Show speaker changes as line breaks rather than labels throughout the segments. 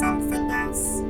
something else.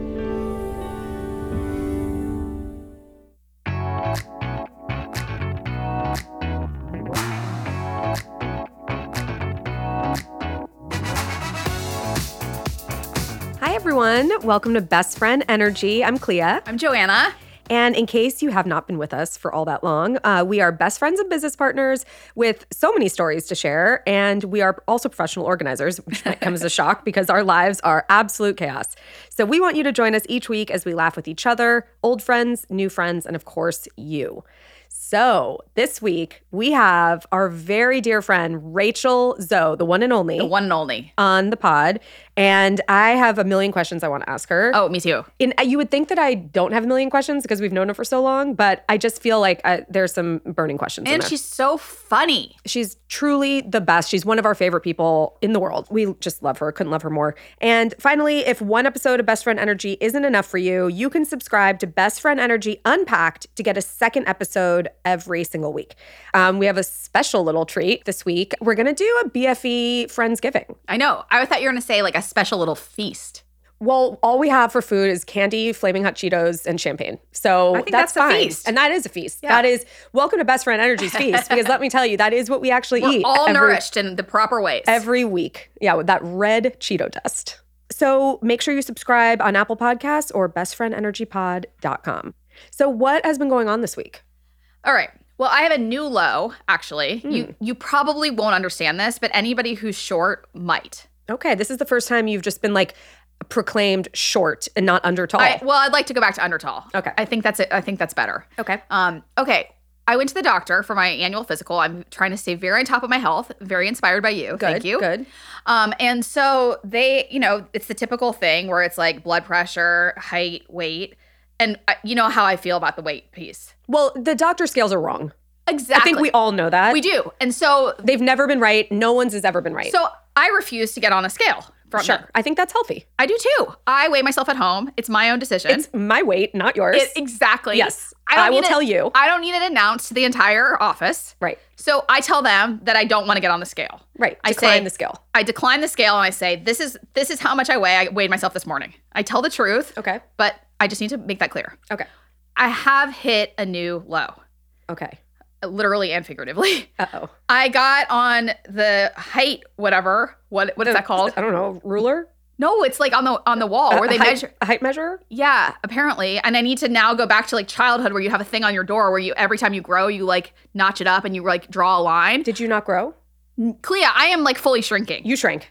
Hi, everyone. Welcome to Best Friend Energy. I'm Clea.
I'm Joanna.
And in case you have not been with us for all that long, uh, we are best friends and business partners with so many stories to share. And we are also professional organizers, which might come as a shock because our lives are absolute chaos. So we want you to join us each week as we laugh with each other, old friends, new friends, and of course, you. So this week, we have our very dear friend, Rachel Zoe, the one and only.
The one and only.
on the pod, and I have a million questions I want to ask her.
Oh, me too.
And uh, you would think that I don't have a million questions because we've known her for so long, but I just feel like uh there's some burning questions. in
And
there.
she's so funny.
she's truly the best. She's one of our favorite people in the world. We just love her. Couldn't love her more. And finally, if one episode of Best Friend Energy isn't enough for you, you can subscribe to Best Friend Energy Unpacked to get a second episode every single week. Um, we have a special little treat this week. We're gonna do a BFE Friendsgiving.
I know. I thought you were going to say like a special little feast.
Well, all we have for food is candy, flaming hot Cheetos, and champagne. So
I think
that's,
that's a
fine.
feast.
And that is a feast.
Yeah.
That is welcome to Best Friend Energy's feast because let me tell you, that is what we actually
We're
eat.
all
every-
nourished in the proper ways.
Every week. Yeah, with that red Cheeto dust. So make sure you subscribe on Apple Podcasts or bestfriendenergypod.com. So, what has been going on this week?
all right. Well, I have a new low, actually. You you probably won't understand this, but anybody who's short might.
Okay, this is the first time you've just been like proclaimed short and not under tall.
I, well, I'd like to go back to undertall.
Okay.
I think that's it. I think that's better.
okay.
Um, okay. I went to the doctor for my annual physical. I'm trying to stay very on top of my health, very inspired by you. Thank
Good,
you.
Good.
Um, and so they, you know, it's the typical thing where it's like blood pressure, height, weight, and uh, you know how I feel about the weight piece.
Well, the doctor scales are wrong.
Exactly.
I think we all know that.
we do. And so
They've never been right. No one's has ever been right.
so I refuse to get on a scale. From
sure.
them.
I think that's healthy.
I do too. I weigh myself at home. It's my own decision.
It's my weight, not yours.
It- exactly.
yes.
don't
I, will
need it-
tell you.
I don't need it announced to the entire office.
right.
So I tell them that I don't want to get on the scale.
Right.
I
Decline
say-
the skill.
I decline the scale and I say this is this is how much I weigh. I weighed myself this morning. I tell the truth,
Okay.
but I just need to make that clear.
Okay.
I have hit a new low,
Okay.
literally and figuratively.
Uh oh.
I got on the height, whatever. What what is that called?
Uh, I don't know. Ruler?
No, it's like on the on the wall
Uh,
where they
height,
measure.
a height measure?
Yeah, apparently. And I need to now go back to like childhood where you have a thing on your door where you every time you grow you like notch it up and you like draw a line.
Did you not grow?
Clea, I am like fully shrinking.
You shrank.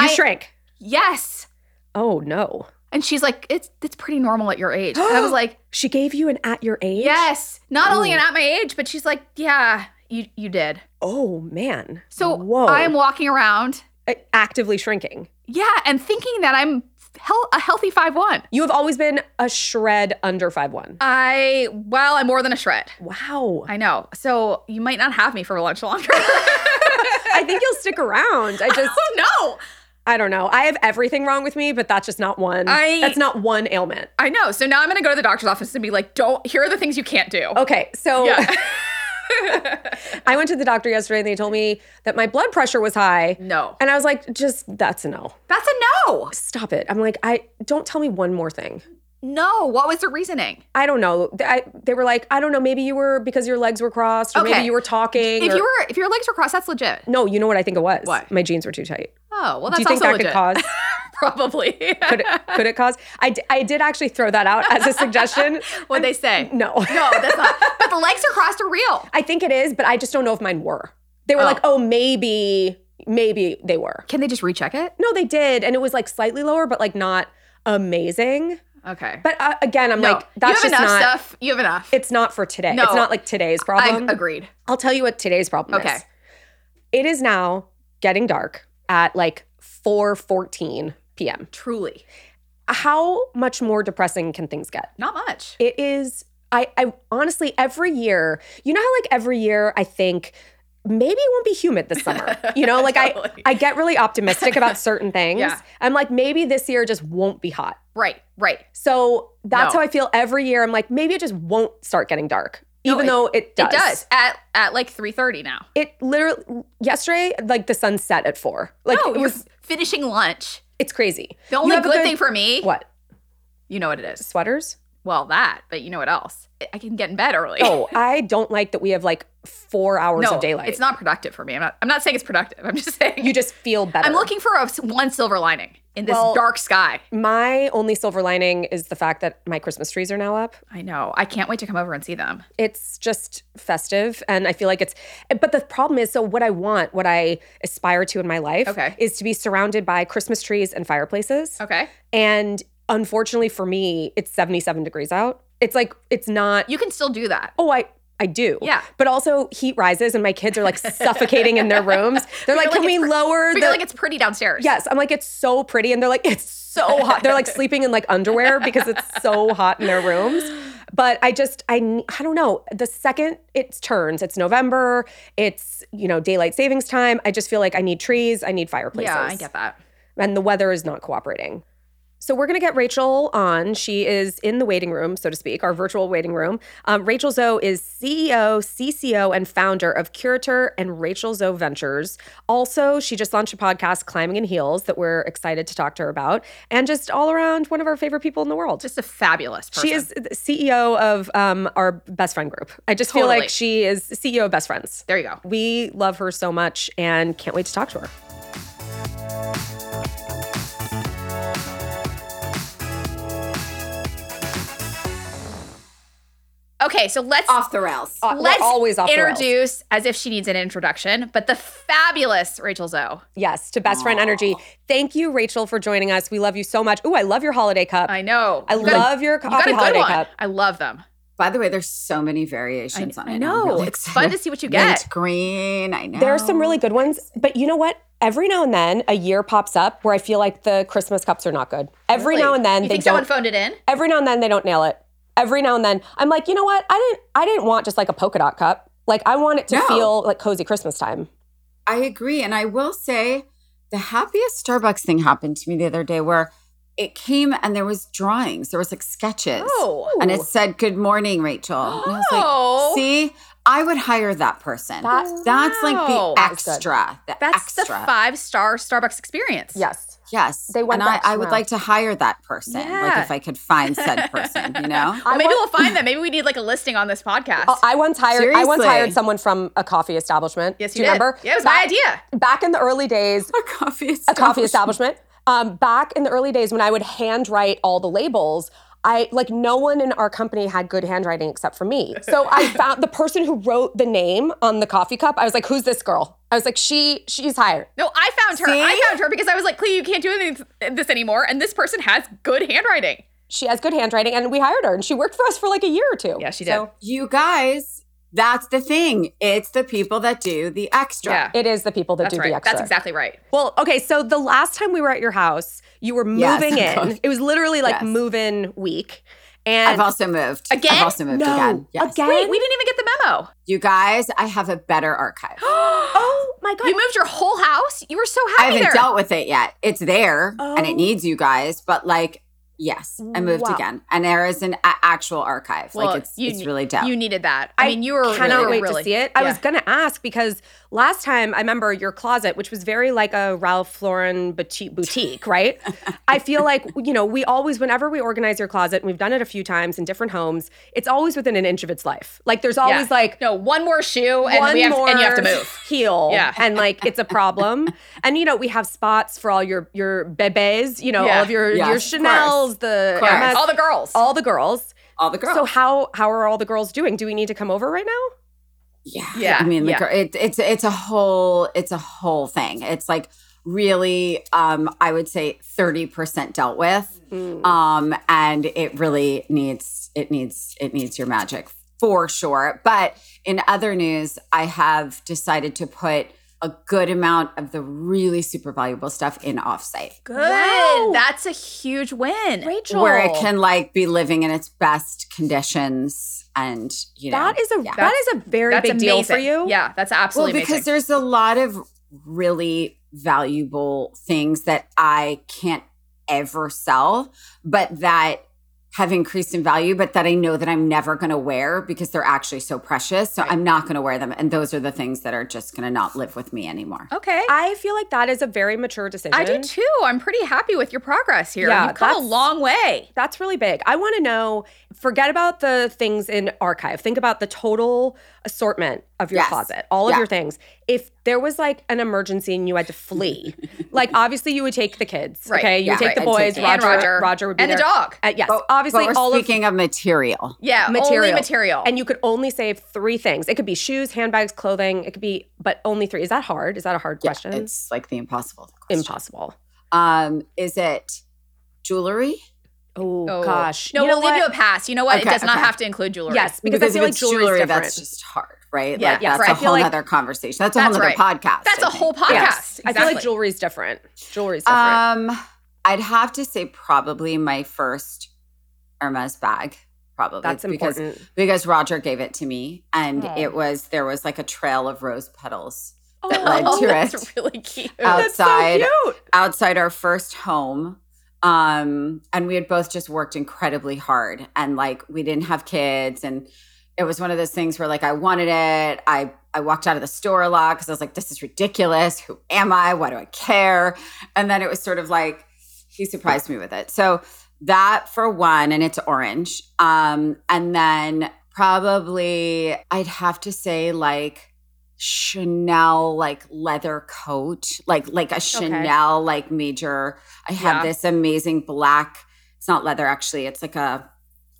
You
I-
shrank.
yes.
Oh no.
And she's like, it's it's pretty normal at your age. And I was like,
She gave you an at your age?
yes. Not only
Ooh.
at my age, but she's like, yeah, you you did.
Oh man.
So
Whoa.
I'm walking around
A- actively shrinking.
Yeah, and thinking that I'm hel- a healthy five one.
You have always been a shred under five
Uh,
one.
I well, I'm more than a shred.
wow.
I know. So you might not have me for lunch longer.
I think you'll stick around. I just
no,
I don't know. I have everything wrong with me, but that's just not one.
I-
that's not one ailment.
I know. So now I'm gonna go to the doctor's office and be like, "Don't. Here are the things you can't do."
Okay, so
Yeah.
I went to the doctor yesterday and they told me that my blood pressure was high.
no,
And I was like, just that's a no.
that's a no.
Stop it. I'm like, I don't tell me one more thing.
No. What was the reasoning?
I don't know. Th- I, they were like, I don't know. Maybe you were because your legs were crossed, or
Okay.
maybe you were talking.
If
or-
you were, if your legs were crossed, that's legit.
no, you know what I think it was.
What?
My jeans were too tight.
Oh,
Do
well, that's
you think
also
that
legit.
could cause?
Probably.
Could it, could it cause? I, d- I did actually throw that out as a suggestion.
What they say?
No.
No, that's not. But the legs are crossed are real.
I think it is, but I just don't know if mine were. They were
Oh.
like, oh, maybe, maybe they were.
Can they just recheck it?
No, they did. And it was like slightly lower, but like not amazing.
Okay.
But uh, again, I'm
No,
like, that's
you have
just
enough
not,
stuff. You have enough.
it's not for today.
No.
It's not like today's
I
problem.
agreed.
I'll tell you what today's problem
Okay.
is. It is now getting dark. at like 4:14 p.m.
Truly,
How much more depressing can things get?
not much.
It is. I, I honestly every year, you know how like every year I think maybe it won't be humid this summer. You know, like
Totally.
I I get really optimistic about certain things.
Yeah.
I'm like maybe this year just won't be hot.
Right, right.
So that's
No.
how I feel every year. I'm like maybe it just won't start getting dark,
No,
even
it-
though it does.
It does at at like three thirty now.
It literally yesterday like the sun set at 4. Like
no,
it
you're
was
finishing lunch.
it's crazy.
The only
have a
good
good-
thing for me,
What?
you know what it is.
Sweaters?
Well, that, but you know what else? I- I can get in bed early.
Oh, I don't like that we have like 4 hours
no,
of daylight.
it's not productive for me. I'm not. I'm not saying it's productive. I'm just saying
you just feel better.
I'm looking for a s one silver lining in this
Well-
dark sky.
My only silver lining is the fact that my Christmas trees are now up.
I know. I can't wait to come over and see them.
It's just festive and I feel like it's but the problem is so what I want, what I aspire to in my life
Okay.
is to be surrounded by Christmas trees and fireplaces.
Okay.
And unfortunately for me, it's 77 degrees out. It's like it's not
You can still do that.
oh I I do.
Yeah.
But also heat rises and my kids are like suffocating in their rooms. They're like,
like
"Can we
it's pr-
lower
But
the
you're like, it's pretty downstairs.
Yes, I'm like it's so pretty, and they're like it's so hot. They're like sleeping in like underwear because it's so hot in their rooms. But I just I n- I don't know. The second it turns, it's November. It's you know daylight savings time. I just feel like I need trees. I need fireplaces.
Yeah, I get that.
And the weather is not cooperating. So we're gonna get Rachel on. She is in the waiting room, so to speak, our virtual waiting room. Um, Rachel Zoe is E CEO, CCO, and founder of Curator and Rachel Zoe Ventures. Also, she just launched a podcast, Climbing in Heels, that we're excited to talk to her about, and just all around one of our favorite people in the world.
Just a fabulous person.
She is the CEO of um, our best friend group. I just feel
Totally.
like she is CEO of Best Friends.
There you go.
We love her so much and can't wait to talk to her.
Okay, so let's
Off the rails.
Uh, we're
let's
always off the rails.
introduce as if she needs an introduction, but the fabulous Rachel Zoe.
Yes, to Best Friend Energy. Thank you, Rachel, for joining us. We love you so much. Ooh, I love your holiday cup. I,
I know. You got a-
love your
you got
coffee
a good
holiday
one.
cup.
I love them.
By the way, there's so many variations on it.
I
I'm
know.
really
It's fun
excited.
to see what you
Mint
get.
green. I know.
There are some really good
Oh.
ones, but you know what? Every now and then, a year pops up where I feel like the Christmas cups are not good. Every now and then,
you
they
think
don't.
someone phoned it in?
every now and then, they don't nail it. Every now and then, I'm like, you know what? I didn't. I didn't want just like a polka dot cup. Like I want it to
No.
feel like cozy Christmas time.
I agree. And I will say the happiest Starbucks thing happened to me the other day where it came and there was drawings. There was like sketches.
Oh,
And it said, Good morning, Rachel. And I was like,
Oh.
see, I would hire that person.
That-
That's like
Wow.
the
That's good.
extra. The
that's
extra.
the five star Starbucks experience.
Yes.
yes.
They went
and
the
I,
extra
I would
mile.
like to hire that person.
Yeah.
Like if I could find said person, you know?
Well,
I
maybe
want-
we'll find them. Maybe we need like a listing on this podcast.
Oh, I once hired. I once
Seriously.
hired someone from a coffee establishment.
yes,
Do
you,
you
did.
remember?
Yeah, it was my
back,
idea.
back in the early days.
a coffee
a coffee establishment. Um, back in the early days when I would handwrite all the labels, I like no one in our company had good handwriting except for me. So I found the person who wrote the name on the coffee cup. I was like, "Who's this girl?" I was like, "She, she's hired."
No, I found her.
See?
I found her because I was like, Clea, you can't do anything this anymore. And this person has good handwriting.
She has good handwriting, and we hired her, and she worked for us for like a year or two.
Yeah, she did.
So
You guys, that's the thing. It's the people that do the extra.
Yeah.
it is the people that
That's
do
right.
the extra.
That's exactly right.
Well, okay. So the last time we were at your house, you were
Yes.
moving in. It was literally like
Yes.
move-in week, and
I've also moved.
Again?
I've also moved
no,
again. Yes.
again.
Wait, we didn't even get the memo.
You guys, I have a better archive.
oh
my God.
You moved your whole house. You were so
I
happy
haven't
there.
dealt with it yet. It's there and
Oh.
it needs you guys, but like, yes, I moved
Wow.
again. And there is an a- actual archive.
Well,
like, it's,
you
it's
ne-
really dope.
you needed that. I, mean, you were
cannot
really,
wait
really-
to see it. I
Yeah.
was gonna ask because last time I remember your closet, which was very like a Ralph Lauren boutique, boutique right? I feel like you know we always, whenever we organize your closet, and we've done it a few times in different homes. It's always within an inch of its life. Like there's
Yeah.
always like
no one more shoe, and
one
we have
more
and you have to move.
heel,
Yeah.
and like it's a problem. and you know we have spots for all your your bebes, you know
Yeah.
all of your
Yes,
your
of course.
Chanel's, the
course.
Hermes,
All the girls.
all the girls.
All the girls.
So how how are all the girls doing? Do we need to come over right now?
yeah.
Yeah,
I mean, the
yeah.
girl, it, it's, it's a whole, it's a whole thing. It's like really, um, I would say 30% dealt with.
Mm.
um and it really needs it needs it needs your magic for sure but in other news i have decided to put a good amount of the really super valuable stuff in offsite.
Good.
Wow.
That's a huge win.
Rachel.
Where it can like be living in its best conditions and you know
That is a that
That's-
is a very
That's
big
amazing.
deal for you.
Yeah, that's
well
absolutely
because
amazing.
there's a lot of really valuable things that I can't ever sell, but that have increased in value, but that I know that I'm never going to wear because they're actually so precious. So I'm not going to wear them, and those are the things that are just going to not live with me anymore.
Oh,
Okay. I,
I feel like that is a very mature decision.
do too. I'm pretty happy with your progress here.
Yeah,
You've come a
that's-
long way.
That's really big. I want to know forget about the things in archive. Think about the total assortment of your
Yes.
closet, all of
Yeah.
your things. If there was like an emergency and you had to flee, like obviously you would take the kids,
Right.
okay? You
Yeah.
would take the
Right. I'd
boys,
take the
Roger,
And
Roger,
Roger.
would be
And the
there.
dog.
Uh, yes,
But-
obviously
but we're
all of
speaking of, material.
Yeah. Only
Material.
material.
and you could only save three things. It could be shoes, handbags, clothing. It could be, but only three. Is that hard? Is that a hard
Yeah,
question?
it's like the impossible. Question.
impossible.
Um, is it jewelry?
Oh,
Oh.
gosh.
No,
You know
we'll leave
what?
you a pass. You know what?
Okay,
it does not
okay.
have to include jewelry.
Yes, because, I
if
feel like
it's
jewelry, is different.
that's just hard, right?
Yeah,
like,
yeah,
that's
right. I
a
feel
whole
like-
other conversation. That's a
That's
whole other
right.
podcast.
That's
a
a whole podcast.
Yes. Uh, I feel like
Exactly.
jewelry is different. Jewelry is different.
Um, I'd have to say probably my first Hermes bag. Probably
That's
because
important. Oh.
because Roger gave it to me, and
Aw.
it was there was like a trail of rose petals that led
Oh,
to it
that's really cute.
Out- outside.
That's so cute.
outside our first home. Um, and we had both just worked incredibly hard, and like we didn't have kids, and it was one of those things where like I wanted it. I I walked out of the store a lot because I was like, this is ridiculous. Who am I? Why do I care? And then it was sort of like he surprised me with it. So that for one, and it's orange. Um, and then probably I'd have to say like Chanel like leather coat, like like a Chanel like major. I have
Yeah.
this amazing black. It's not leather actually. It's like a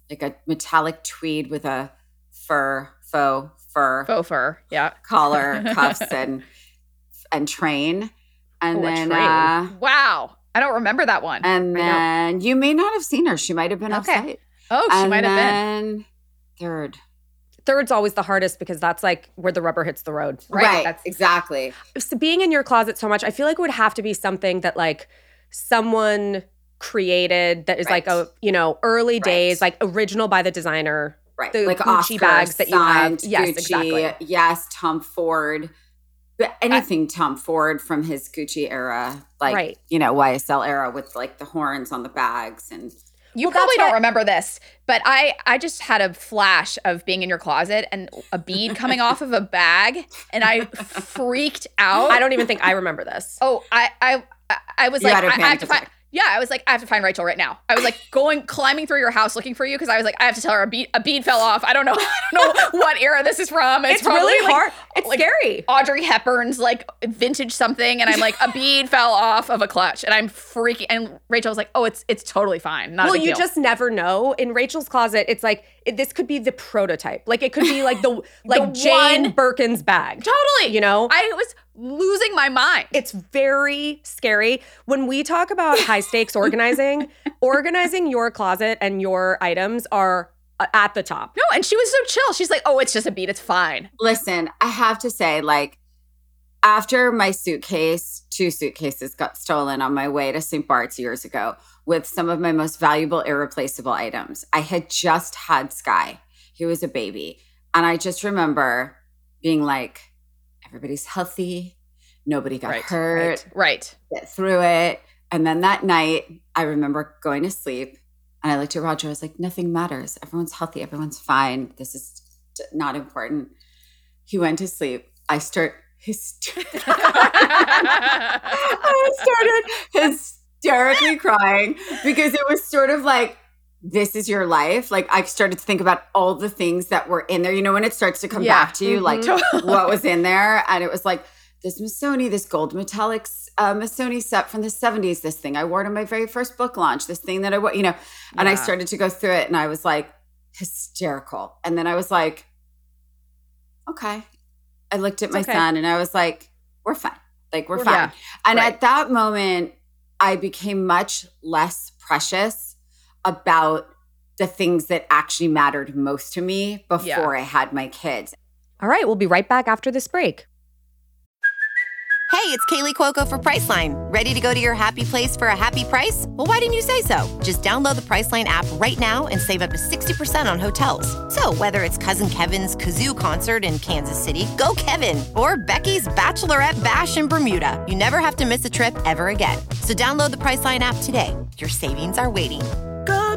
like a metallic tweed with a fur faux fur
Faux fur. Yeah.
collar cuffs and and train and
Oh, a
then
train.
uh
Wow. I don't remember that one.
and
I know.
then you may not have seen her she might have been
Okay.
outside
oh, she
and
might have been.
then third
Third's always the hardest because that's like where the rubber hits the road.
Right,
that's
that's-
exactly
So being in your closet so much, I feel like it would have to be something that like someone created that is like
Right.
a you know early
Right.
days like original by the designer.
right
The
like
Gucci
Oscar,
bags that you have.
signed
Yes,
Gucci,
exactly.
yes Tom Ford but anything Tom Ford from his Gucci era like
Right.
you know YSL era with like the horns on the bags and
You
Well, that's
probably
why-
don't remember this, but I I just had a flash of being in your closet and a bead coming off of a bag, and I freaked out.
I don't even think I remember this.
Oh, I I I- I was
You
like,
had
I,
a
I have
panic
to find.
attack.
Yeah, I was like, I have to find Rachel right now. I was like going climbing through your house looking for you because I was like, I have to tell her a bead a bead fell off. I don't know, I don't know what era this is from. It's,
It's,
probably,
really
like,
hard. It's
like-
scary.
Audrey Hepburn's like vintage something, and I'm like a bead fell off of a clutch, and I'm freaking. And Rachel was like, "Oh, it's it's totally fine. Not a
Well,
big
you
deal.
just never know. In Rachel's closet, it's like it, this could be the prototype. Like it could be like the like Jane
one-
Birkin's bag.
totally.
You know,
I was losing my mind.
It's very scary. When we talk about high stakes organizing, organizing your closet and your items are uh, at the top.
no, and she was so chill. She's like, "Oh, it's just a bead. It's fine."
listen, I have to say, like, after my suitcase, two suitcases got stolen on my way to St. Bart's years ago with some of my most valuable, irreplaceable items. I had just had Sky, he was a baby. And I just remember being like, everybody's healthy, nobody got
Right,
hurt,
Right.
get through it. And then that night, I remember going to sleep and I looked at Roger. I was like, nothing matters. Everyone's healthy. Everyone's fine. This is t- not important. He went to sleep. I start hysterically, I started hysterically crying because it was sort of like, this is your life. Like I started to think about all the things that were in there. You know, when it starts to come
Yeah.
back to you, like
Mm-hmm.
what was in there. And it was like this Missoni, this gold metallic uh, Missoni set from the 70s, this thing I wore to my very first book launch, this thing that I wore, you know. And I
Yeah.
started to go through it and I was like hysterical. And then I was like, okay. I looked at
It's
my
okay.
son and I was like, we're fine. Like, we're
We're-
fine.
yeah,
And
right.
at that moment, I became much less precious about the things that actually mattered most to me before I had my kids.
All right, we'll be right back after this break.
Hey, it's Kaylee Cuoco for Priceline. Ready to go to your happy place for a happy price? Well, why didn't you say so? Just download the Priceline app right now and save up to 60% on hotels. So, whether it's Cousin Kevin's Kazoo concert in Kansas City, go Kevin, or Becky's Bachelorette Bash in Bermuda, you never have to miss a trip ever again. So, download the Priceline app today. Your savings are waiting.
Go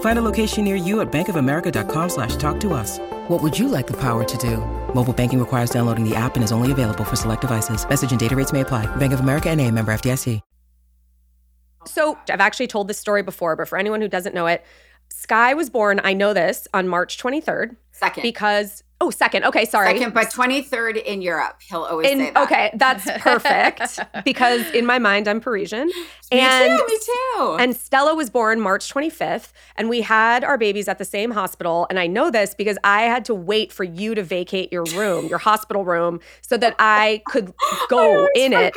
Find a location near you at bankofamerica.com slash talk to us. What would you like the power to do? Mobile banking requires downloading the app and is only available for select devices. Message and data rates may apply. Bank of America and a member FDIC.
So I've actually told this story before, but for anyone who doesn't know it, Sky was born, I know this, on March 23rd
Second.
because, oh, second. Okay, sorry.
Second, but 23rd in Europe. He'll always
In-
say that.
okay, that's perfect because in my mind, I'm Parisian.
Me
and
too. Me too.
And Stella was born March 25th, and we had our babies at the same hospital. And I know this because I had to wait for you to vacate your room, your hospital room, so that I could
Oh,
go in it.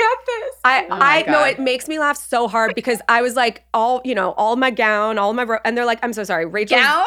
I, I know
God.
it makes me laugh so hard because I was like, all, you know, all my gown, all my, ro- and they're like, I'm so sorry, Rachel.
Gown?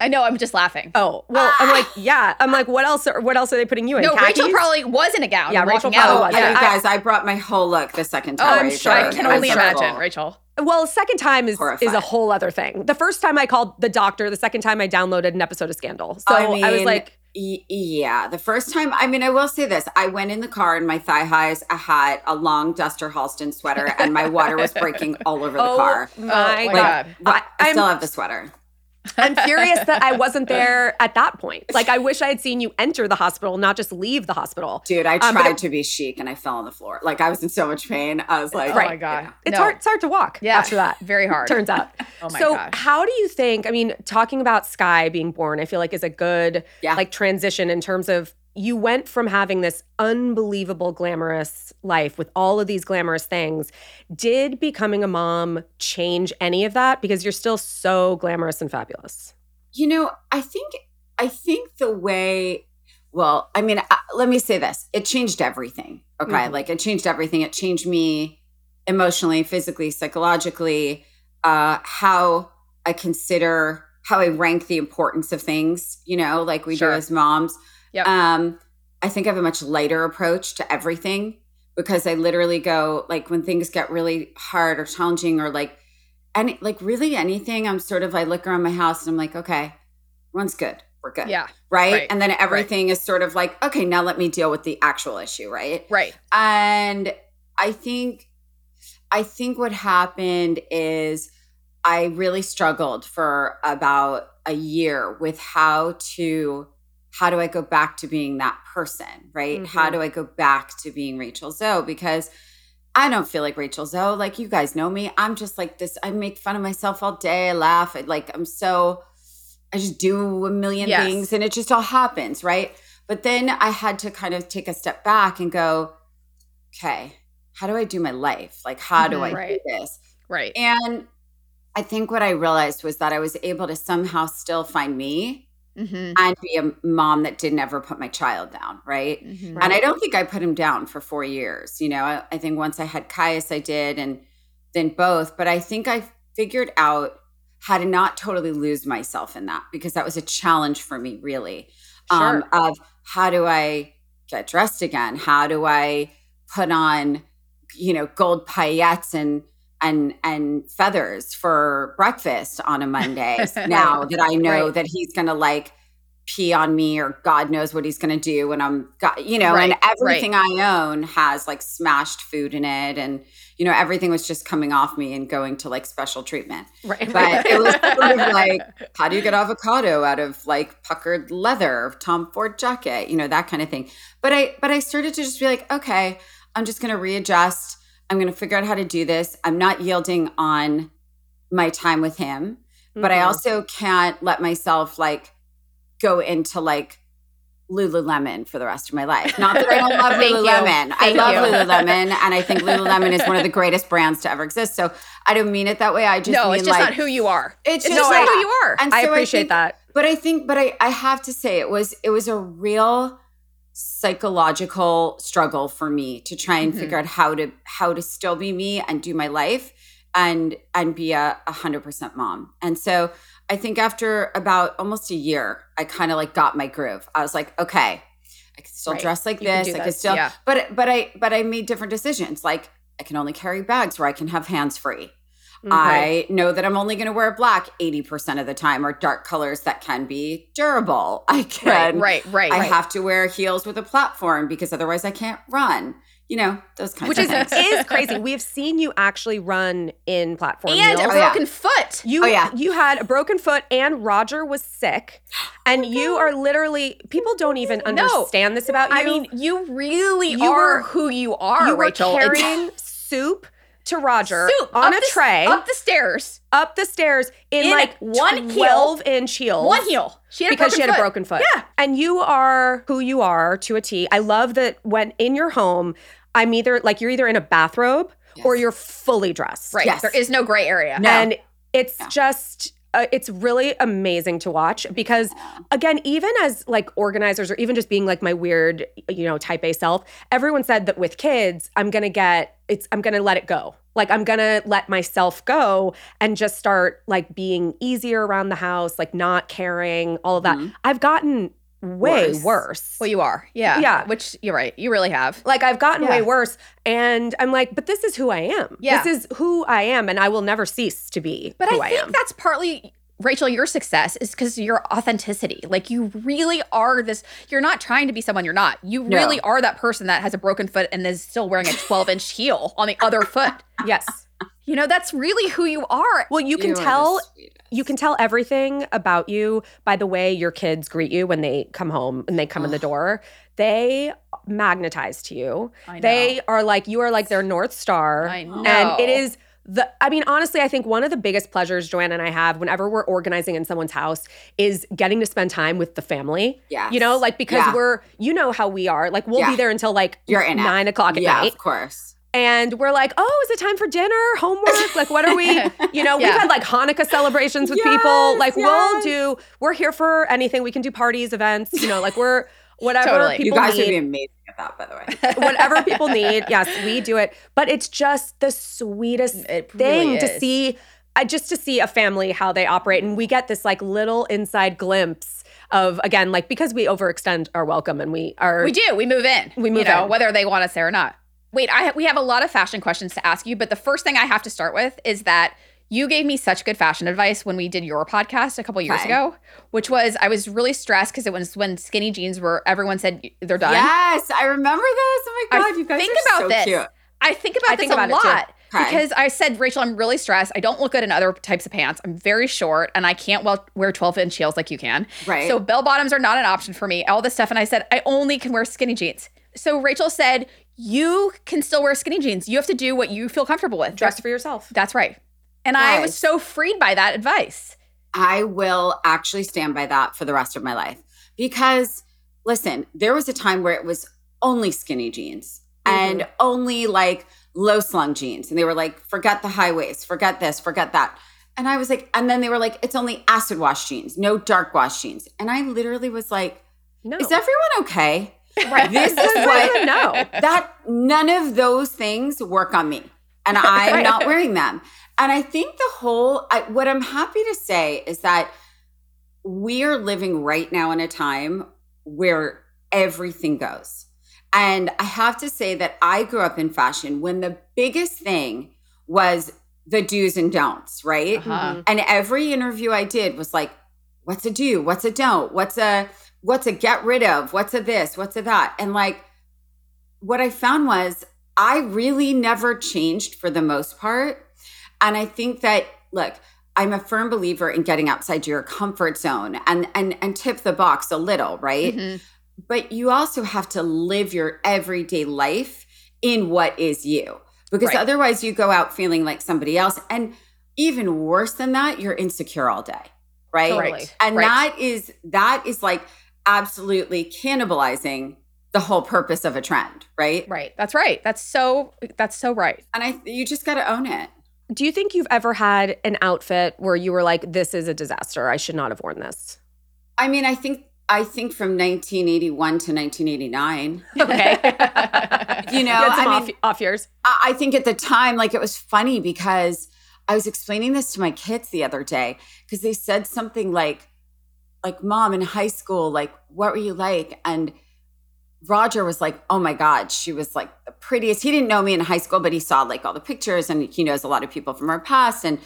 I know. I'm just laughing.
Oh, well, I'm like, yeah. I'm like, what else are, what else are they putting you in?
no, Rachel
Khakis?
probably was in a gown.
Yeah,
walking
Rachel probably
out.
was.
Oh,
Yeah,
you
I-
guys, I brought my whole look the second
Oh,
time.
I'm sure. I can
I'm
only
so
imagine,
full.
Rachel.
Well, second time is is a
Horrified.
whole other thing. The first time I called the doctor, the second time I downloaded an episode of Scandal. So I,
I
was
mean,
like,
Y- yeah, the first time. I mean, I will say this: I went in the car in my thigh highs, a hat, a long Duster Halston sweater, and my water was breaking all over the
oh
car.
my
my
god.
God.
I, I
I'm-
still have the sweater.
I'm furious that I wasn't there at that point. Like I wish I had seen you enter the hospital, not just leave the hospital.
Dude, I
Um, but
tried to be chic and I fell on the floor. Like I was in so much pain. I was like,
Oh my God.
It's
No.
hard it's hard to walk
Yeah.
after that.
Very hard.
Turns out.
Oh my
so
gosh.
how do you think, I mean, talking about Sky being born, I feel like is a good
Yeah.
like transition in terms of you went from having this unbelievable glamorous life with all of these glamorous things. Did becoming a mom change any of that? Because you're still so glamorous and fabulous.
You know, I think I think the way well, I mean, I, let me say this. It changed everything. Okay?
Mm-hmm.
Mhm.
Like it changed everything. It changed me emotionally, physically, psychologically, uh how I consider how I rank the importance of things, you know, like we
Sure.
do as moms.
Yep.
Um I think I have a much lighter approach to everything because I literally go like when things get really hard or challenging or like any like really anything, I'm sort of I look around my house and I'm like, okay, everyone's good. We're good.
Yeah.
Right.
right,
and then everything is sort of like, okay, now let me deal with the actual issue, right?
Right.
And I think I think what happened is I really struggled for about a year with how to how do I go back to being that person, right? How do I go back to being Rachel Zoe because I don't feel like Rachel Zoe. Like you guys know me, I'm just like this. I make fun of myself all day. I laugh. I like I'm so. I just do a million
Yes.
things, and it just all happens, right? But then I had to kind of take a step back and go, okay, how do I do my life? Like, how do
Mhm.
I
Right.
do this?
Right.
And I think what I realized was that I was able to somehow still find me
mm-hmm.
and be a mom that didn't ever put my child down, right?
Mm-hmm.
And I don't think I put him down for four years. You know, I, I think once I had Caius, I did, and then both. But I think I figured out how to not totally lose myself in that because that was a challenge for me, really. Um, of how do I get dressed again? How do I put on, you know, gold paillettes and and and feathers for breakfast on a Monday now that I know
Right.
that he's gonna like pee on me or God knows what he's going to do when I'm, go- you know, and
Right,
everything I own has like smashed food in it. And, you know, everything was just coming off me and going to like special treatment.
Right.
But it was sort of like, how do you get avocado out of like puckered leather, Tom Ford jacket, you know, that kind of thing. But I, but I started to just be like, okay, I'm just going to readjust. I'm going to figure out how to do this. I'm not yielding on my time with
Mm-hmm.
Mm-hmm.
him but I also can't let myself like go into like Lululemon for the rest of my life. Not that I don't love
Thank you.
Lululemon. I
Thank
love
you.
Lululemon, and I think Lululemon is one of the greatest brands to ever exist. So I don't mean it that way. I just
no,
mean,
it's just
like,
not who you are.
It's
It's
just
not
not.
who you are.
And
I
so
appreciate
think-
that.
But I think, but I, I have to say, it was it was a real psychological struggle for me to try and
Mhm.
figure out how to how to still be me and do my life and and be a hundred percent mom. And so I think after about almost a year, I kind of like got my groove. I was like, okay, I can still
Right.
dress like
You can
this.
do
I can
this.
still,
Yeah.
but but I but I made different decisions. Like I can only carry bags where I can have hands free.
Mm-hmm.
I know that I'm only going to wear black 80% of the time or dark colors that can be durable. I
Right,
can.
right, right.
I
right.
have to wear heels with a platform because otherwise I can't run. You know, those kinds
Which
of
is
things.
is crazy. We have seen you actually run in platform
and a
meals.
Oh, yeah.
broken foot.
You
Oh, yeah.
you had a broken foot and Roger was sick. And you are literally people don't even understand this about you.
I mean, you really
You
are
were-
who you are,
you were
Rachel. It's-
carrying soup to Roger
Soup
on
up
a
the-
tray
up the stairs,
up the stairs in,
In
like
one heel.
12 inch heels.
one heel. She had
because
a broken
she had
foot.
a broken foot.
Yeah.
And you are who you are to a T. I love that when in your home, I'm either like you're either in a bathrobe or
Yes.
you're fully dressed.
Right.
Yes.
There is no gray area.
No.
And it's
Yeah.
just uh, it's really amazing to watch because
Uh-huh.
again even as like organizers or even just being like my weird you know type A self everyone said that with kids I'm going to get it's I'm going to let it go like I'm going to let myself go and just start like being easier around the house like not caring all of that
Mhm.
I've gotten way
Worse.
worse,
Mm-hmm. Well, you are. Yeah.
Yeah.
Which you're right. You really have.
like I've gotten
Yeah.
way worse and I'm like but this is who I am
Yeah.
this is who I am and I will never cease to be
But
who
I
I,
think
am
that's partly Rachel, your success is because your authenticity. Like you really are this. You're not trying to be someone you're not. You
No.
really are that person that has a broken foot and is still wearing a 12 inch heel on the other foot.
yes
You know, that's really who you are.
Well, you can
are the
tell
sweetest.
you can tell everything about you by the way your kids greet you when they come home and they come in the door. They magnetize to you.
I know.
They are like you are like their north star.
I know.
And it is the I mean honestly I think one of the biggest pleasures Joanne and I have whenever we're organizing in someone's house is getting to spend time with the family.
Yes.
You know, like because
Yeah.
we're you know how we are. Like we'll
Yeah.
be there until like
You're in it.
nine o'clock at
yeah,
night
of course.
and we're like, oh, is it time for dinner, homework? Like, what are we? You know, we've
Yeah.
had like Hanukkah celebrations with people.
Yes,
Like,
yes.
we'll do. We're here for anything. We can do parties, events. You know, like we're whatever
Totally.
people
you guys would be
need.
amazing at that, by the way.
whatever people need. Yes, we do it. But it's just the sweetest
It
thing
really
to
is.
see. I just to see a family how they operate, and we get this like little inside glimpse of again, like because we overextend our welcome and we are.
We do. We move in.
We move
you know,
in.
whether they want us there or not. Wait, I ha- we have a lot of fashion questions to ask you, but the first thing I have to start with is that you gave me such good fashion advice when we did your podcast a couple years
Okay.
ago, which was I was really stressed because it was when skinny jeans were everyone said they're done.
Yes, I remember this. Oh my
I
God, you guys
think
are
about
so
this.
cute.
I think about
I
this
think
a
about it too.
lot
Okay.
because I said, Rachel, I'm really stressed. I don't look good in other types of pants. I'm very short and I can't well- wear 12 inch heels like you can.
Right.
So bell bottoms are not an option for me. All this stuff. And I said, I only can wear skinny jeans. So Rachel said, You can still wear skinny jeans. You have to do what you feel comfortable with.
dress for yourself.
That's right. And I was
Guys.
so freed by that advice.
I will actually stand by that for the rest of my life because listen, there was a time where it was only skinny jeans and only like low slung jeans. And they were like, forget the high waist, forget this, forget that. And I was like, and then they were like, it's only acid wash jeans, no dark wash jeans. And I literally was like,
No,
is everyone okay?
Right.
This is what
no.
that none of those things work on me and i'm
Right.
not wearing them and i think the whole I, what i'm happy to say is that we're living right now in a time where everything goes and i have to say that i grew up in fashion when the biggest thing was the do's and don'ts right
Uh-huh.
and every interview I did was like, what's a do? What's a don't? What's a what's a get rid of? What's a this? What's a that? And like what I found was I really never changed for the most part. And I think that look, I'm a firm believer in getting outside your comfort zone and and and tip the box a little, right?
Mhm.
But you also have to live your everyday life in what is you. Because
Right.
otherwise you go out feeling like somebody else and even worse than that, you're insecure all day. Right?
Totally.
And
Right.
that is that is like absolutely cannibalizing the whole purpose of a trend, right?
Right. That's right. That's so that's so right.
And I you just got to own it.
Do you think you've ever had an outfit where you were like, this is a disaster? I should not have worn this?
I mean, I think I think from 1981 to 1989,
Okay.
you know,
Get some
I
off,
mean,
off yours.
I I think at the time, like it was funny because I was explaining this to my kids the other day because they said something like, like, mom in high school, like, what were you like? And Roger was like, oh my God, she was like the prettiest. He didn't know me in high school, but he saw like all the pictures and he knows a lot of people from our past. And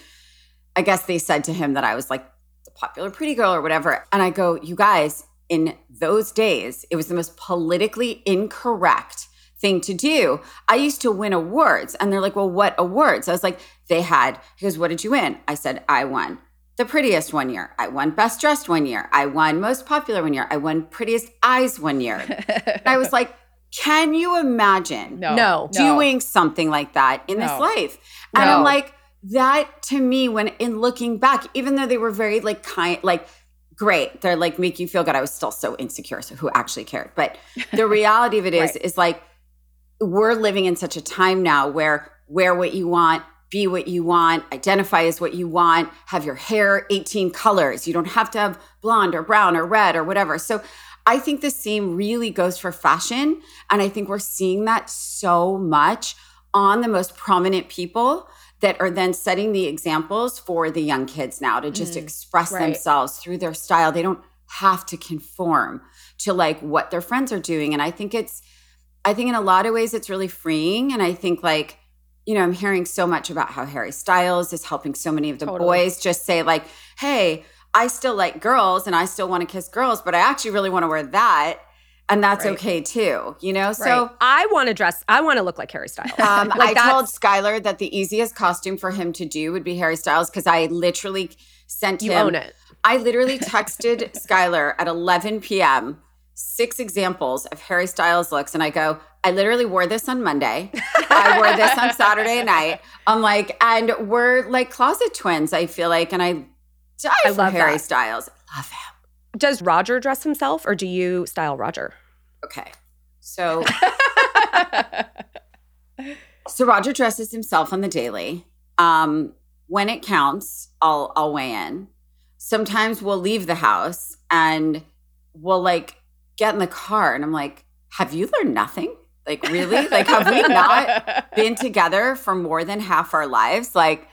I guess they said to him that I was like the popular pretty girl or whatever. And I go, you guys, in those days, it was the most politically incorrect thing to do. I used to win awards. And they're like, well, what awards? I was like, they had, he goes, what did you win? I said, I won the prettiest one year. I won best dressed one year. I won most popular one year. I won prettiest eyes one year. and I was like, can you imagine?
No.
No.
doing something like that in this
No.
life. And I'm
No.
like, that to me, when in looking back, even though they were very like kind, like great, they're like make you feel good. I was still so insecure. So who actually cared? But the reality of it is,
Right.
is like we're living in such a time now where wear what you want, be what you want, identify as what you want, have your hair 18 colors. You don't have to have blonde or brown or red or whatever. So I think the same really goes for fashion. And I think we're seeing that so much on the most prominent people that are then setting the examples for the young kids now to just express
right.
themselves through their style. They don't have to conform to like what their friends are doing. And I think it's, I think in a lot of ways it's really freeing. And I think like, you know, I'm hearing so much about how Harry Styles is helping so many of the
Totally.
boys just say, like, hey, I still like girls and I still want to kiss girls, but I actually really want to wear that. And that's
Right.
okay too, you know?
Right.
So
I want to dress, I want to look like Harry Styles.
um,
Like
I
that's-
told Skylar that the easiest costume for him to do would be Harry Styles because I literally sent
you
him.
own it.
I literally texted Skylar at 11 p.m. six examples of Harry Styles looks, and I go, I literally wore this on Monday. I wore this on Saturday night. I'm like, and we're like closet twins. I feel like, and I die
I
for
love
Harry
that.
Styles. Love him.
Does Roger dress himself or do you style Roger?
Okay, so So Roger dresses himself on the daily. Um, when it counts, I'll I'll weigh in. Sometimes we'll leave the house and we'll like get in the car, and I'm like, "Have you learned nothing? Like really? Like have we not been together for more than half our lives? Like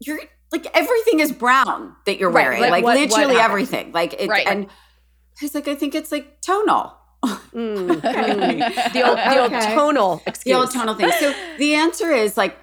you're like everything is brown that you're
Right,
wearing,
like,
like,
what- what
literally
happened?
everything. Like it,
Right.
and he's like, I think it's like tonal.
Mm, mm. The old, the old
Okay.
tonal
The
excuse.
old tonal thing. So the answer is like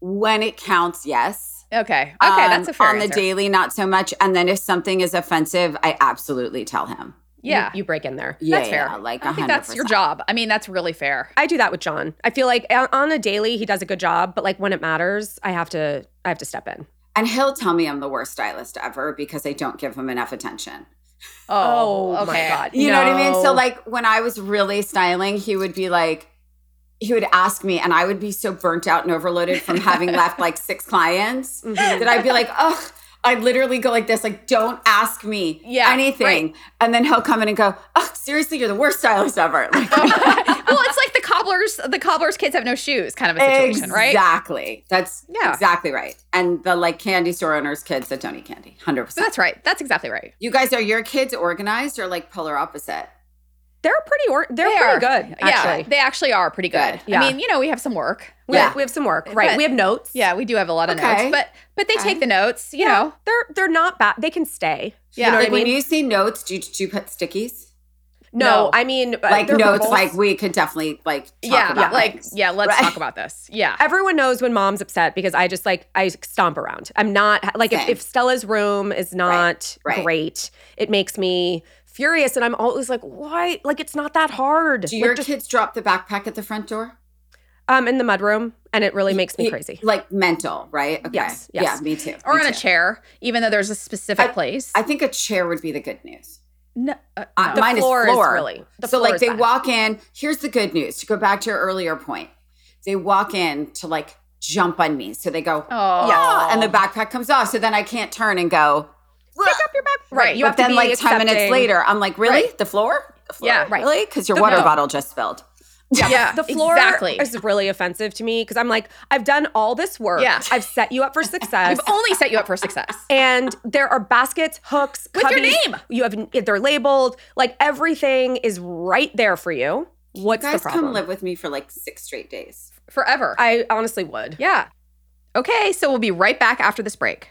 when it counts, yes.
Okay. Okay.
Um,
that's a fair
on the
answer.
daily, not so much. And then if something is offensive, I absolutely tell him.
Yeah.
You, you break in there.
Yeah,
that's fair.
yeah, like
I think that's your
100%.
job. I mean, that's really fair.
I do that with John. I feel like uh, on on a daily he does a good job, but like when it matters, I have to I have to step in.
And he'll tell me I'm the worst stylist ever because I don't give him enough attention.
Oh,
my
okay.
God.
You know what I mean? So
No.
like when I was really styling, he would be like, he would ask me, and I would be so burnt out and overloaded from having left like six clients
Mm-hmm.
that I'd be like, oh, I'd literally go like this, like, don't ask me
Yeah,
anything.
right.
And then he'll come in and go, oh, seriously, you're the worst stylist ever. Like,
well, it's like the cobbler's the cobbler's kids have no shoes kind of a situation, right?
Exactly. That's
Yeah.
exactly right. And the like candy store owners' kids that don't eat candy. 100%.
So that's right. That's exactly right.
you guys, are your kids organized or like polar opposite?
They're pretty or they're
They
pretty
are.
good actually.
Yeah, they actually are pretty good.
Good.
Yeah.
I mean, you know, we have some work.
we,
Yeah.
Have, we have some work, right?
But-
we have notes.
Yeah, we do have a lot of
Okay.
notes, but but they
Okay.
take the notes. You know,
they're they're not bad. They can stay.
Yeah.
You know what
like
I mean?
when you see notes, do you, do you put stickies?
no,
No.
I mean uh,
like
they're
notes,
verbals.
like we could definitely like talk
yeah,
about
like
things.
yeah, let's
Right.
talk about this. Yeah,
Everyone knows when mom's upset because I just like I stomp around. I'm not like if,
Same.
if Stella's room is not
Right.
great, it makes me furious, and I'm always like, why? Like it's not that hard.
Do
Like,
your
just-
kids drop the backpack at the front door?
um in the mudroom, and it really makes me
Y-
crazy.
Like mental, right? Okay.
Yes,
Yeah,
yes.
me too.
or
me
on a
too.
chair, even though there's a specific place.
I think a chair would be the good news.
no, uh,
Uh,
no.
The
mine
floor
is
is
floor.
really- the
so
floor
like
is
they
bad.
walk in. Here's the good news. To go back to your earlier point, they walk in to like jump on me. So they go, "Ah,"
oh,
yeah, and the backpack comes off. So then I can't turn and go. Pick up your
back.
Right.
You
But
have
But then,
to be
like ten
accepting-
minutes later, I'm like, really? The floor? The floor?
Yeah,
right. Really? Because your
The-
water
no.
bottle just spilled.
Yeah,
the floor
exactly.
is really offensive to me because I'm like, I've done all this work.
Yeah.
I've set you up for success.
I've only set you up for success.
and there are baskets, hooks,
With your
cubbies.
name.
You have they're labeled. Like everything is right there for you. What's
You
the
guys
problem?
come live with me for like six straight days.
Forever.
I honestly would.
yeah. Okay, so we'll be right back after this break.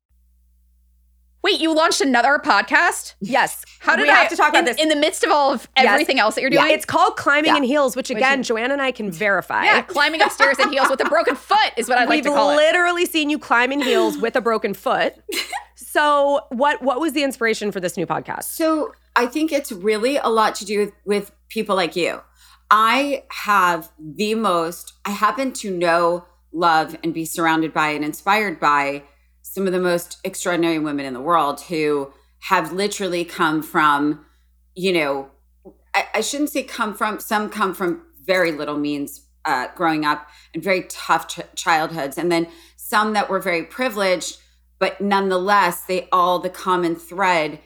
Wait, you launched another podcast?
Yes.
How did
we
I
have to talk
in-
about this?
in the midst of all of
Yes.
everything else that you're doing?
Yeah, It's called climbing in heels, which again,
is-
Joanne and I can verify.
yeah, climbing upstairs in heels with a broken foot is what I like
We've
to call it.
literally seen you climb in heels with a broken foot. So, what what was the inspiration for this new podcast?
So I think it's really a lot to do with, with people like you. I have the most, I happen to know, love, and be surrounded by and inspired by some of the most extraordinary women in the world who have literally come from, you know, I, I shouldn't say come from, some come from very little means uh, growing up and very tough ch- childhoods. And then some that were very privileged, but nonetheless, they all, the common thread,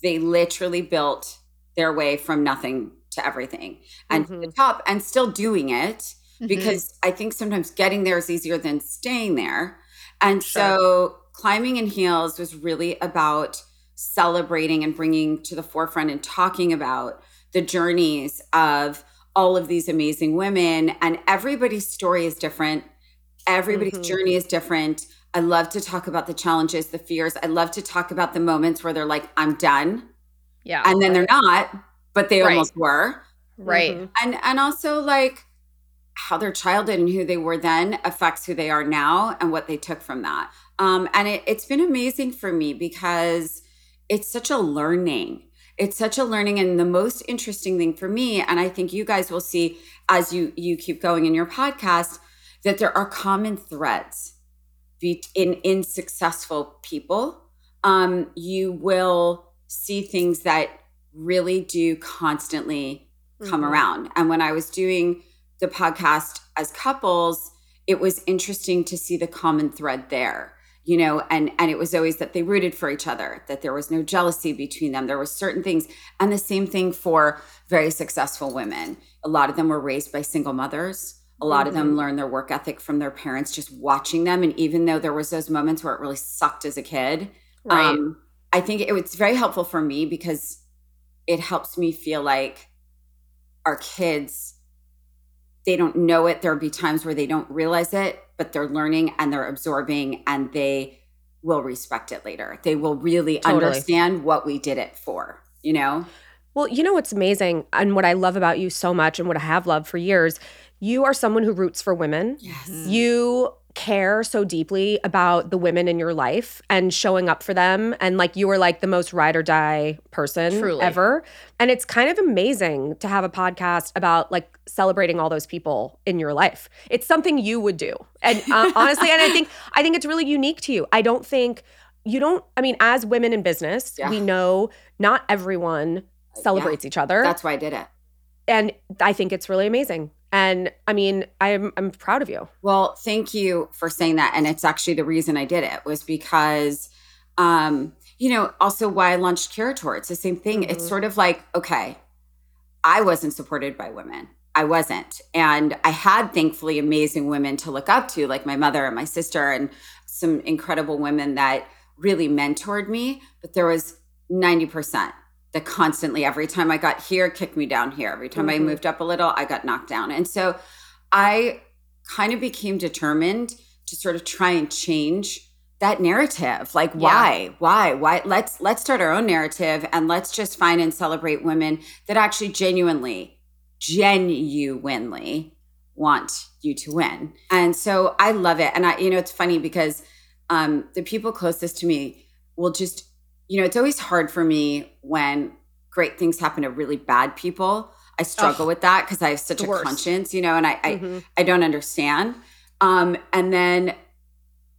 they literally built their way from nothing to everything and to the top and still doing it
Mm-hmm.
because I think sometimes getting there is easier than staying there. And so climbing in heels was really about celebrating and bringing to the forefront and talking about the journeys of all of these amazing women and everybody's story is different. Everybody's journey is different. I love to talk about the challenges, the fears. I love to talk about the moments where they're like, I'm done.
Yeah.
And then they're not, but they
Right.
almost were
right.
Mm-hmm.
and and also like how their childhood and who they were then affects who they are now and what they took from that um and it, it's been amazing for me because it's such a learning it's such a learning and the most interesting thing for me and i think you guys will see as you you keep going in your podcast that there are common threads be- in in successful people um you will see things that really do constantly come around and when i was doing the podcast as couples it was interesting to see the common thread there you know and and it was always that they rooted for each other that there was no jealousy between them there were certain things and the same thing for very successful women a lot of them were raised by single mothers a lot of them learned their work ethic from their parents just watching them and even though there was those moments where it really sucked as a kid
Right.
um, i think it was very helpful for me because it helps me feel like our kids they don't know it there'll be times where they don't realize it but they're learning and they're absorbing and they will respect it later they will really
Totally.
understand what we did it for you know
Well, you know what's amazing and what I love about you so much and what I have loved for years, you are someone who roots for women.
yes
You care so deeply about the women in your life and showing up for them and like you are like the most ride or die person
Truly.
ever. And it's kind of amazing to have a podcast about like celebrating all those people in your life. It's something you would do. And uh, honestly, and I think I think it's really unique to you. I don't think you don't I mean as women in business,
Yeah. Uh,
we know not everyone celebrates each other
that's why i did it
and I think it's really amazing. And I mean, I'm I'm proud of you.
Well, thank you for saying that. And it's actually the reason I did it was because, um, you know, also why I launched Curator. It's the same thing. It's sort of like, okay, I wasn't supported by women. I wasn't. And I had, thankfully, amazing women to look up to, like my mother and my sister, and some incredible women that really mentored me. But there was 90% that constantly, every time I got here, kicked me down here. Every time I moved up a little, I got knocked down. And so I kind of became determined to sort of try and change that narrative like why why why let's let's start our own narrative and let's just find and celebrate women that actually genuinely genuinely want you to win. And so I love it. And I, you know, it's funny because um, the people closest to me will just, you know, it's always hard for me when great things happen to really bad people. I struggle
Ugh.
with that because I have such
The
a
worst. Mm-hmm.
conscience, you know, and I, I,
Mhm.
I don't understand. Um, and then,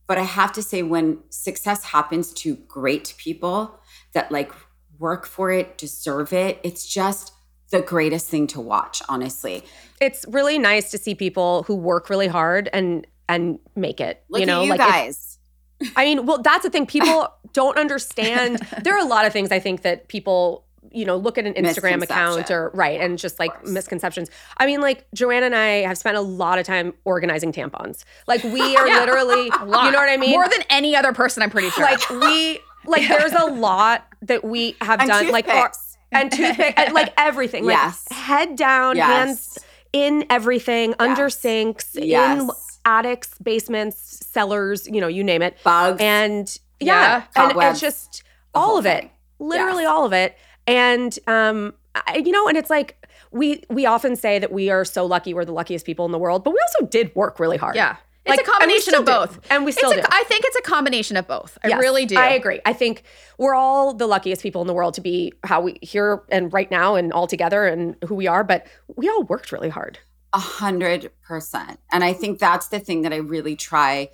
but I have to say, when success happens to great people that like work for it, deserve it, it's just the greatest thing to watch, honestly.
It's really nice to see people who work really hard and and make it.
Look
you know,
at you
like it's-
guys.
I mean, well, that's the thing. People don't understand. There are a lot of things I think that people, you know, look at an Instagram account
Misconception.
or right and just like misconceptions. I mean, like Joanna and I have spent a lot of time organizing tampons. Like we are literally, you know what I mean?
More than any other person, I'm pretty sure.
like we, like there's a lot that we have
And
done. Like our-
toothpicks.
and toothpick, and, like everything. Like
Yes.
head down,
Yes.
hands in everything, under sinks, in
Yes.
attics, basements, cellars. You know, you name it
Bugs.
and
Yeah.
yeah, and it's
Cobwebs.
just
The
all
whole
of it
thing.
literally all of it and um I, you know and it's like we we often say that we are so lucky we're the luckiest people in the world but we also did work really hard
yeah. It's
Like,
a combination of
and we still
both.
do. and we
It's
still
a-
do
I think it's a combination of both. I
Yes,
really do.
I agree. I think we're all the luckiest people in the world to be how we here and right now and all together and who we are, but we all worked really hard.
A hundred percent. And I think that's the thing that I really try.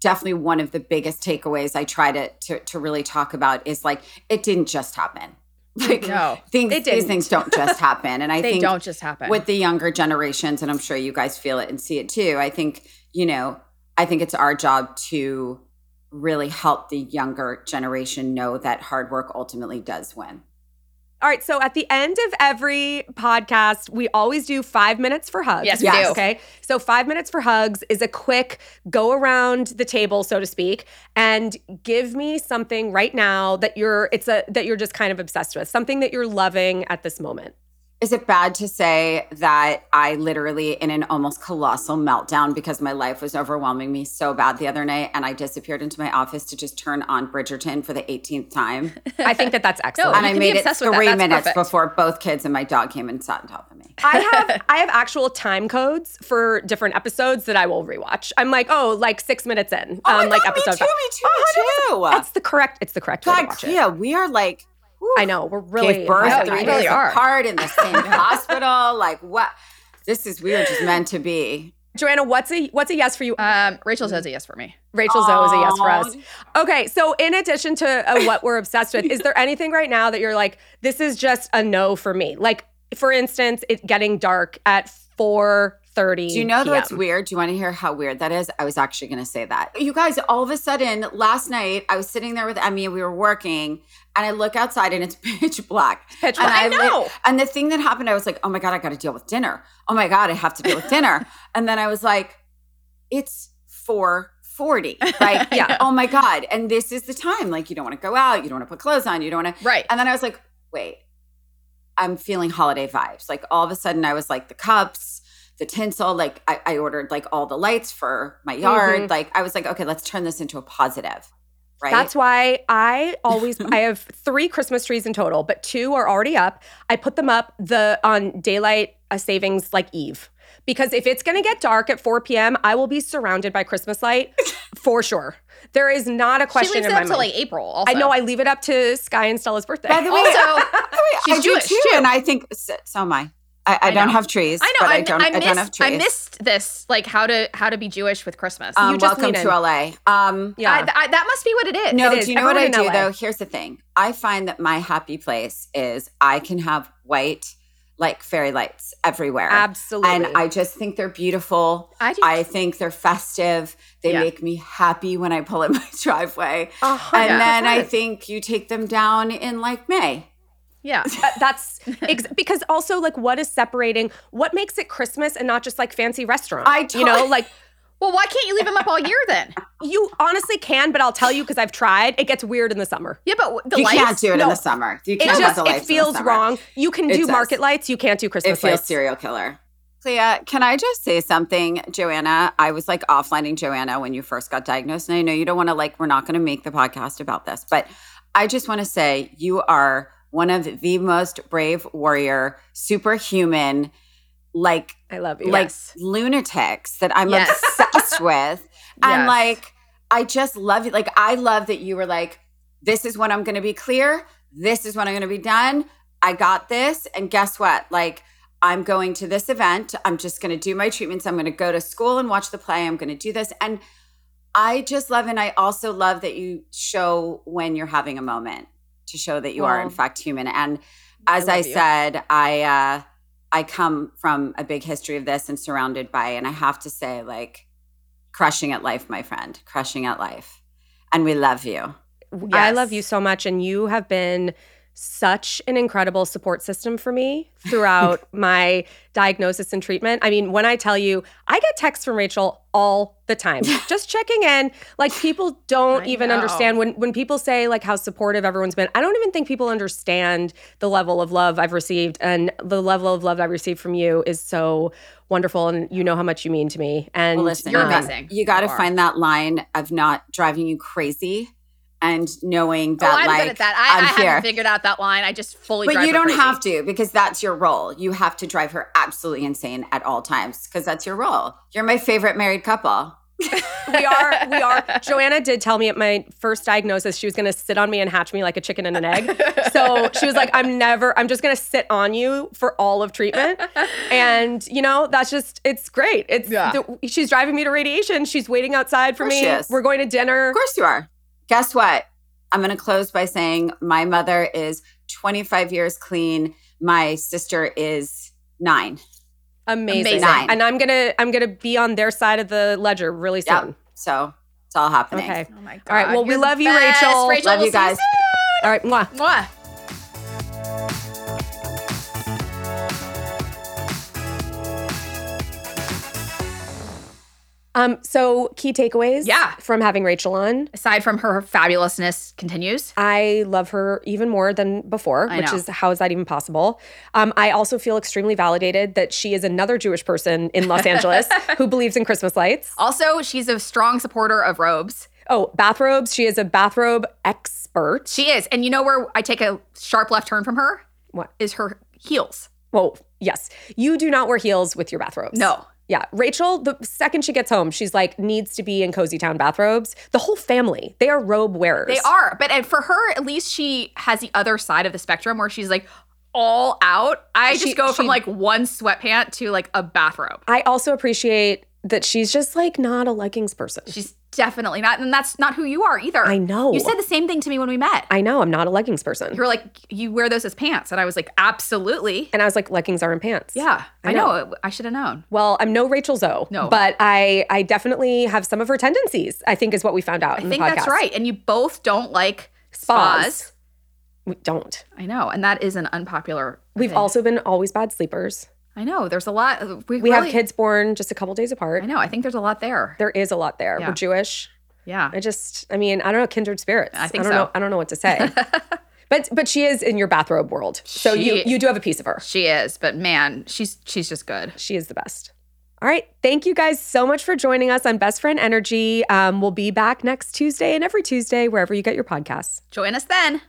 Definitely one of the biggest takeaways I try to to, to really talk about is like it didn't just happen. Like
No,
things,
it
these
didn't.
things don't just happen. And I
They
think
don't just happen.
with the younger generations, and I'm sure you guys feel it and see it too. I think you know. I think it's our job to really help the younger generation know that hard work ultimately does win.
All right, so at the end of every podcast, we always do five minutes for hugs.
Yes, we Yes. do.
Okay, so five minutes for hugs is a quick go around the table, so to speak, and give me something right now that you're it's a that you're just kind of obsessed with, something that you're loving at this moment.
Is it bad to say that I literally, in an almost colossal meltdown because my life was overwhelming me so bad the other night, and I disappeared into my office to just turn on Bridgerton for the 18th time?
I think that that's excellent.
and
you
I
can be
made it
obsessed with that.
three
That's
minutes
perfect.
before both kids and my dog came and sat on top of me.
I have I have actual time codes for different episodes that I will rewatch. I'm like, oh, like six minutes in. um,
Oh my
like
God, me too, me too, me too.
That's the correct. It's the correct way to
God,
watch it.
Cleo, we are like, whew,
I know we're really
gave birth
know,
three
you
days
really are.
apart in the same hospital. Like, what? This is, we were just meant to be.
Joanna, what's a what's a yes for you? Uh,
Um, Rachel says a yes for me.
Rachel Zoe is a yes for us.
Aw.
Okay, so in addition to uh, what we're obsessed with, is there anything right now that you're like, this is just a no for me? Like, for instance, it getting dark at four thirty.
Do you know
PM.
though it's weird? Do you want to hear how weird that is? I was actually going to say that. You guys, all of a sudden, last night, I was sitting there with Emmy and we were working, and I look outside and it's pitch black.
Pitch
and
black. I
lit-
know.
and the thing that happened, I was like, oh my God, I got to deal with dinner. Oh my God, I have to deal with dinner. and then I was like, it's 440. Like,
I know.
yeah. oh my God. And this is the time. Like, you don't want to go out. You don't want to put clothes on. You don't want to.
Right.
And then I was like, wait, I'm feeling holiday vibes. Like all of a sudden I was like the cups, the tinsel, like I, I ordered like all the lights for
Mm-hmm.
my yard. Like I was like, okay, let's turn this into a positive. Right.
That's why I always I have three Christmas trees in total, but two are already up. I put them up the on daylight uh, savings like eve because if it's going to get dark at 4 p.m., I will be surrounded by Christmas light for sure. There is not a question
she leaves
in
it
my
up till
mind.
like April. Also.
I know I leave it up to Sky and Stella's birthday.
by the way,
Also,
by the way,
she's
I do
Jewish,
too,
too.
And I think so, so am I. I, I,
I
don't
know.
have trees.
I know.
but
I,
I, don't
I
I don't have
missed. I
trees.
missed this. Like how to how to be Jewish with Christmas.
um,
you just
welcome
lean
to
in.
LA. Um
yeah.
I, I, that must be what it is.
No,
It is.
do you know what I
Everyone
do
in LA.
though? Here's the thing. I find that my happy place is I can have white like fairy lights everywhere.
Absolutely.
And I just think they're beautiful.
I do.
I think they're festive. They
Yeah.
make me happy when I pull in my driveway.
A hundred
and then I
percent.
think you take them down in like May.
yeah.
Uh, that's ex- because also like what is separating what makes it Christmas and not just like fancy restaurant.
I
you know
totally-
like
Well, why can't you leave them up all year then?
you honestly can, but I'll tell you because I've tried. It gets weird in the summer.
Yeah, but the
you
lights.
can't do it in
No.
the summer. You
It
can't have
just
the lights
it
in the
feels
summer.
wrong. You can
It
do
does.
market lights. You can't do
It
Christmas
feels
lights.
serial killer. Clea, can I just say something, Joanna? I was like offlining Joanna when you first got diagnosed. And I know you don't want to, like, we're not going to make the podcast about this, but I just want to say you are one of the most brave warrior, superhuman, like
I love you.
like
Yes.
lunatics that I'm
Yes.
obsessed with. And
Yes.
like, I just love you. Like, I love that you were like, this is when I'm going to be clear. This is when I'm going to be done. I got this. And guess what? Like, I'm going to this event. I'm just going to do my treatments. I'm going to go to school and watch the play. I'm going to do this. And I just love, and I also love that you show when you're having a moment to show that you are, in
Well,
fact, human. And as
I
I,
love you.
said, I, uh, I come from a big history of this and surrounded by, and I have to say, like, crushing at life, my friend, crushing at life. And we love you.
I
Yes.
love you so much, and you have been such an incredible support system for me throughout my diagnosis and treatment. I mean, when I tell you, I get texts from Rachel all the time, just checking in. Like people don't
I
even
know.
understand when when people say like how supportive everyone's been. I don't even think people understand the level of love I've received, and the level of love I received from you is so wonderful. And you know how much you mean to me. And
Well, listen,
you're
you got-
amazing.
You got to
You are.
find that line of not driving you crazy and knowing
oh,
that,
I'm
like,
good at that. I,
I'm
I
here.
haven't figured out that line. I just fully.
but
drive
you
her
don't
crazy.
have to because that's your role. You have to drive her absolutely insane at all times because that's your role. You're my favorite married couple.
we are we are joanna did tell me at my first diagnosis she was going to sit on me and hatch me like a chicken and an egg so she was like i'm never i'm just going to sit on you for all of treatment and you know that's just it's great it's
Yeah.
the- she's driving me to radiation she's waiting outside for
Of course
me
she is.
we're going to dinner
Of course you are. Guess what? I'm going to close by saying my mother is 25 years clean. My sister is nine.
amazing,
Amazing.
and i'm going to i'm going to be on their side of the ledger really
Yep.
soon
So it's all happening.
okay
Oh my god.
All right, well, we
You're the
love you,
best.
Rachel.
Rachel,
Love
we'll
you
see
guys.
all right mwah.
soon. Mwah.
um so key takeaways
Yeah.
from having rachel on
Aside from her fabulousness, continues.
I love her even more than before,
I
which
know.
is how is that even possible? Um, I also feel extremely validated that she is another Jewish person in Los Angeles who believes in Christmas lights.
Also, she's a strong supporter of robes.
Oh, bathrobes. She is a bathrobe expert.
She is, and you know where I take a sharp left turn from her
What?
is her heels.
Well, yes. You do not wear heels with your bathrobes.
No.
Yeah. Rachel, the second she gets home, she's like, needs to be in Cozy Town bathrobes. The whole family, they are robe wearers.
They are, but and for her, at least she has the other side of the spectrum where she's like all out. I just
She-
go from
she-
like one sweatpant to like a bathrobe.
I also appreciate that she's just like not a leggings person.
She's definitely not, and that's not who you are either.
I know.
You said the same thing to me when we met.
I know. I'm not a leggings person.
you were like, you wear those as pants, and I was like, absolutely.
and I was like, leggings aren't pants.
Yeah,
I
I know. I should have known.
Well, I'm no Rachel Zoe.
No.
But I I definitely have some of her tendencies, I think is what we found out
I
in
think
the podcast.
that's right. And you both don't like
Spas.
spas.
We don't.
I know, and that is an unpopular.
We've
thing.
also been always bad sleepers.
I know. There's a lot. We,
We
really-
have kids born just a couple days apart.
I know. I think there's a lot there.
There is a lot there.
Yeah.
We're Jewish.
Yeah.
I just I mean, I don't know, kindred spirits.
I think
don't
so.
know I don't know what to say. but but she is in your bathrobe world. So you
She-
you do have a piece of her.
She is, but man, she's she's just good.
She is the best. All right. Thank you guys so much for joining us on Best Friend Energy. Um, we'll be back next Tuesday and every Tuesday, wherever you get your podcasts.
Join us then.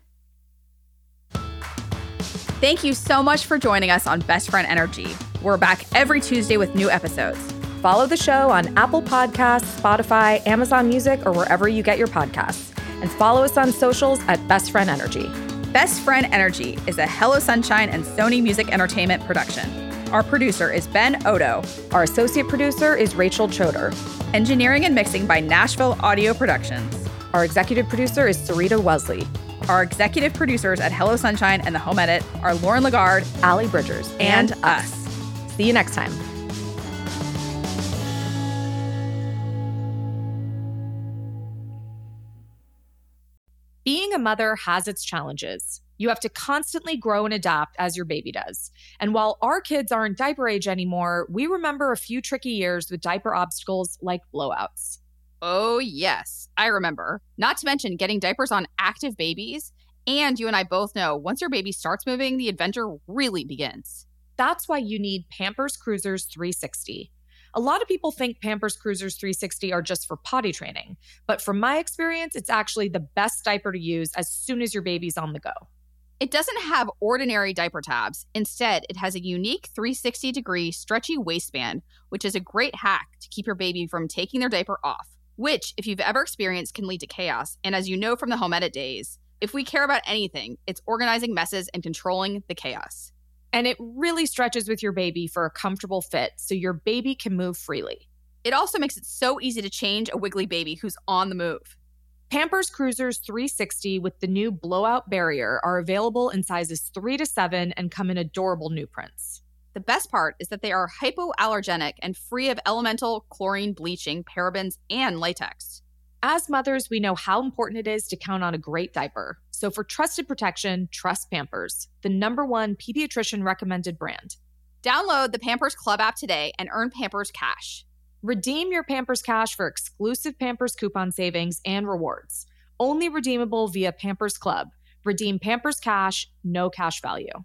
Thank you so much for joining us on Best Friend Energy. We're back every Tuesday with new episodes.
Follow the show on Apple Podcasts, Spotify, Amazon Music, or wherever you get your podcasts. And follow us on socials at Best Friend Energy.
Best Friend Energy is a Hello Sunshine and Sony Music Entertainment production. Our producer is Ben Odo,
Our associate producer is Rachel Choder.
engineering and mixing by Nashville Audio Productions.
Our executive producer is Sarita Wesley,
Our executive producers at Hello Sunshine and The Home Edit are Lauren Lagarde
Allie Bridgers,
and us.
see you next time. Being a mother has its challenges. You have to constantly grow and adapt as your baby does. And while our kids aren't diaper age anymore, we remember a few tricky years with diaper obstacles like blowouts.
Oh, yes, I remember. Not to mention getting diapers on active babies. And you and I both know once your baby starts moving, the adventure really begins.
That's why you need Pampers Cruisers 360. A lot of people think Pampers Cruisers 360 are just for potty training, but from my experience, it's actually the best diaper to use as soon as your baby's on the go.
It doesn't have ordinary diaper tabs. Instead, it has a unique 360 degree stretchy waistband, which is a great hack to keep your baby from taking their diaper off, which, if you've ever experienced, can lead to chaos. And as you know from the home edit days, if we care about anything, it's organizing messes and controlling the chaos.
And it really stretches with your baby for a comfortable fit so your baby can move freely.
It also makes it so easy to change a wiggly baby who's on the move.
Pampers Cruisers 360 with the new blowout barrier are available in sizes 3 to 7 and come in adorable new prints.
The best part is that they are hypoallergenic and free of elemental, chlorine, bleaching, parabens, and latex.
As mothers, we know how important it is to count on a great diaper. So for trusted protection, trust Pampers, the number one pediatrician recommended brand.
Download the Pampers Club app today and earn Pampers Cash.
Redeem your Pampers Cash for exclusive Pampers coupon savings and rewards. Only redeemable via Pampers Club. Redeem Pampers Cash, no cash value.